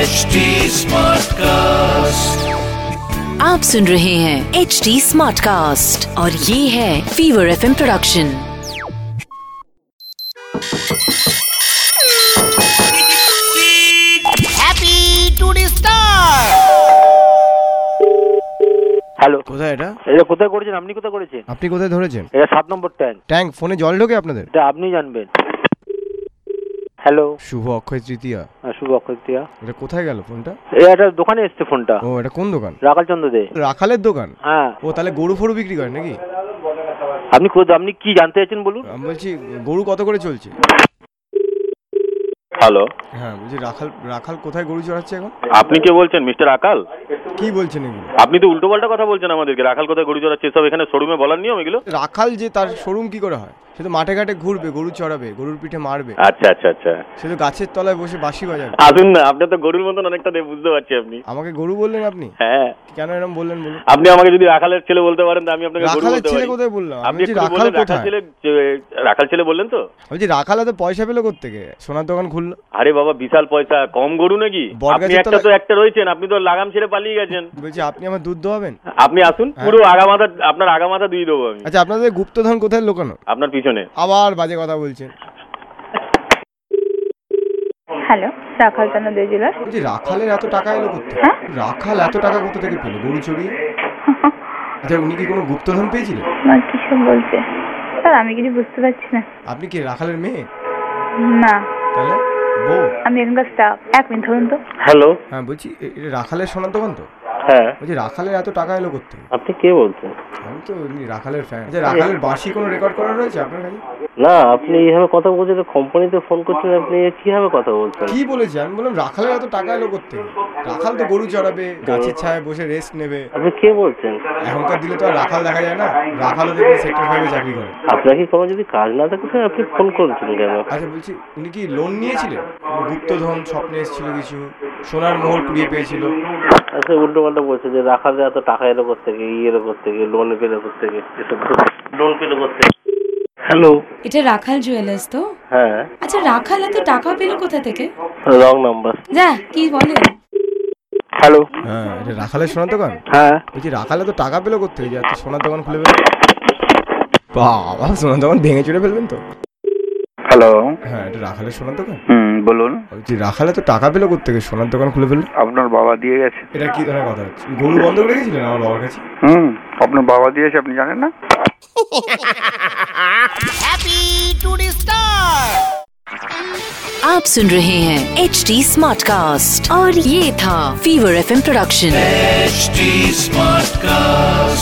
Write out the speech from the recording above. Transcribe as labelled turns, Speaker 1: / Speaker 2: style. Speaker 1: HD Smartcast.
Speaker 2: आप सुन रहे हैं एच डी स्मार्ट कास्ट और ये है fever F production
Speaker 3: Happy to the star!
Speaker 4: Hello
Speaker 5: কোথায় এটা
Speaker 4: এটা কোথায় করেছেন আপনি কোথায় করেছেন
Speaker 5: আপনি কোথায় ধরেছেন
Speaker 4: এটা সাত নম্বর ট্যাঙ্ক
Speaker 5: ট্যাঙ্ক ফোনে জল ঢোকে আপনাদের
Speaker 4: এটা আপনি জানবেন হ্যালো
Speaker 5: শুভ অক্ষয় তৃতীয়া
Speaker 4: হ্যাঁ, শুভ অক্ষতিয়া
Speaker 5: এটা কোথায় গেল ফোনটা
Speaker 4: এ একটা দোকানে এসছে ফোনটা
Speaker 5: ও এটা কোন দোকান
Speaker 4: রাখালচন্দ্র দে
Speaker 5: রাখালের দোকান
Speaker 4: হ্যাঁ
Speaker 5: ও তাহলে গরু ফরু বিক্রি করেন নাকি
Speaker 4: আপনি কো- আপনি কি জানতে চাইছেন বলুন
Speaker 5: আমি বলছি গরু কত করে চলছে
Speaker 6: হ্যালো
Speaker 5: হ্যাঁ বলছি রাখাল রাখাল কোথায় গরু চড়াচ্ছে এখন
Speaker 6: আপনি কে বলছেন মিস্টার আকাল
Speaker 5: কি বলছেন এগুলো
Speaker 6: আপনি তো উল্টো পাল্টা কথা বলছেন আমাদেরকে রাখাল কোথায় গরু চড়াচ্ছে সব এখানে শোরুমে বলার নিয়ম এগুলো
Speaker 5: রাখাল যে তার শোরুম কি করে হয় সে তো মাঠে ঘাটে ঘুরবে গরু চড়াবে গরুর পিঠে মারবে
Speaker 6: আচ্ছা আচ্ছা আচ্ছা
Speaker 5: সে তো গাছের তলায় বসে বাঁশি বাজাবে
Speaker 6: আসুন না আপনার তো গরুর মতন অনেকটা দিয়ে বুঝতে পারছি আপনি
Speaker 5: আমাকে গরু বললেন আপনি
Speaker 6: হ্যাঁ
Speaker 5: কেন এরকম বললেন বলুন
Speaker 6: আপনি আমাকে যদি রাখালের ছেলে বলতে পারেন তো আমি আপনাকে গরু
Speaker 5: রাখালের
Speaker 6: বলতে
Speaker 5: ছেলে
Speaker 6: পারি
Speaker 5: কোথায় বললাম আমি
Speaker 6: আপনি একটু
Speaker 5: বলছি রাখাল
Speaker 6: বললেন রাখাল
Speaker 5: কোথায়
Speaker 6: ছেলে যে- রাখাল ছেলে বললেন তো
Speaker 5: বলছি রাখাল এত পয়সা পেলো কোথেকে সোনার দোকান খুললো
Speaker 6: আরে বাবা বিশাল পয়সা কম গরু নাকি
Speaker 5: বটগাছের
Speaker 6: আপনি একটা তো
Speaker 5: তলায়-
Speaker 6: একটা রয়েছেন আপনি তো লাগাম ছেড়ে পালিয়ে গেছেন
Speaker 5: বলছি আপনি আমার দুধ দেওয়াবেন
Speaker 6: আপনি আসুন
Speaker 5: হ্যাঁ।
Speaker 6: পুরো আগামাথা আপনার আগামাথা দিয়ে দেবো আমি
Speaker 5: আচ্ছা আপনাদের গুপ্তধন কোথায় লুকানো
Speaker 6: আপনার পিছনে
Speaker 5: আবার বাজে কথা বলছেন
Speaker 7: হ্যালো রাখালটানা দে জেলার
Speaker 5: বলছি রাখালের এত টাকা এলো কোথা
Speaker 7: হ্যাঁ?
Speaker 5: রাখাল এত টাকা কোথা থেকে পেলো গরু চড়িয়ে আচ্ছা উনি কি কোনো গুপ্তধন পেয়েছিলেন
Speaker 7: না কিছু বলছে স্যার আমি কিছু বুঝতে পারছি না
Speaker 5: আপনি কি রাখালের মেয়ে
Speaker 7: না
Speaker 5: তাহলে বউ
Speaker 7: আমি এখানকার স্টাফ এক মিনিট ধরুন তো
Speaker 6: হ্যালো
Speaker 5: হ্যাঁ বলছি এ- এটা রাখালের সোনার দোকান তো
Speaker 6: হ্যাঁ
Speaker 5: বলছি রাখালের এত টাকা এলো কোথা থেকে
Speaker 6: আপনি কে বলছেন
Speaker 5: আমি তো এমনি রাখালের ফ্যান আচ্ছা রাখালের বাসি কোনো রেকর্ড করা রয়েছে আপনার কাছে
Speaker 6: না আপনি এইভাবে কথা বলছেন কোম্পানিতে ফোন করছেন আপনি কিভাবে কথা বলছেন
Speaker 5: কি বলেছি আমি বললাম রাখালের এত টাকা এলো কোথা থেকে রাখাল তো গরু চড়াবে গাছের ছায়ায় বসে রেস্ট নেবে
Speaker 6: আপনি কে বলছেন
Speaker 5: এখনকার দিলে তো আর রাখাল দেখা যায় না রাখালও দেখবে সেক্টর ফাইভে চাকরি করে
Speaker 6: আপনার কি কোনো যদি কাজ না থাকে তাহলে আপনি ফোন করেছেন কেন
Speaker 5: আচ্ছা বলছি উনি কি লোন নিয়েছিলেন কোনো গুপ্তধন স্বপ্নে এসেছিল কিছু সোনার মোহর কুড়িয়ে পেয়েছিল
Speaker 6: আচ্ছা উল্টো পাল্টা বলছে যে রাখা যায় এত টাকা এলো করতে থেকে ইয়ে এলো করতে থেকে লোন পেলো করতে থেকে এসব লোন পেলো করতে হ্যালো
Speaker 8: এটা রাখাল জুয়েলার্স তো
Speaker 6: হ্যাঁ
Speaker 8: আচ্ছা রাখাল এত টাকা পেলো কোথা থেকে
Speaker 6: রং নাম্বার
Speaker 8: যা কি বলে
Speaker 4: হ্যালো
Speaker 5: হ্যাঁ এটা রাখালের সোনার দোকান
Speaker 4: হ্যাঁ
Speaker 5: বলছি রাখালে তো টাকা পেলো করতে যে এত সোনার দোকান খুলে ফেলবে বাবা সোনার দোকান ভেঙে চড়ে ফেলবেন তো
Speaker 9: হ্যালো
Speaker 5: হ্যাঁ এটা রাখালের সোনার দোকান
Speaker 9: হুম বলুন
Speaker 5: বলছি রাখালে তো টাকা পেলো করতে সোনার দোকান খুলে ফেললো
Speaker 9: আপনার বাবা দিয়ে গেছে
Speaker 5: এটা কি ধরনের কথা হচ্ছে গরু বন্ধ করে গেছিলেন আমার বাবার কাছে
Speaker 9: হুম আপনার বাবা দিয়েছে আপনি জানেন না
Speaker 3: Happy to the star!
Speaker 2: आप सुन रहे हैं एच डी स्मार्ट कास्ट और ये था fever F production
Speaker 1: HD Smartcast.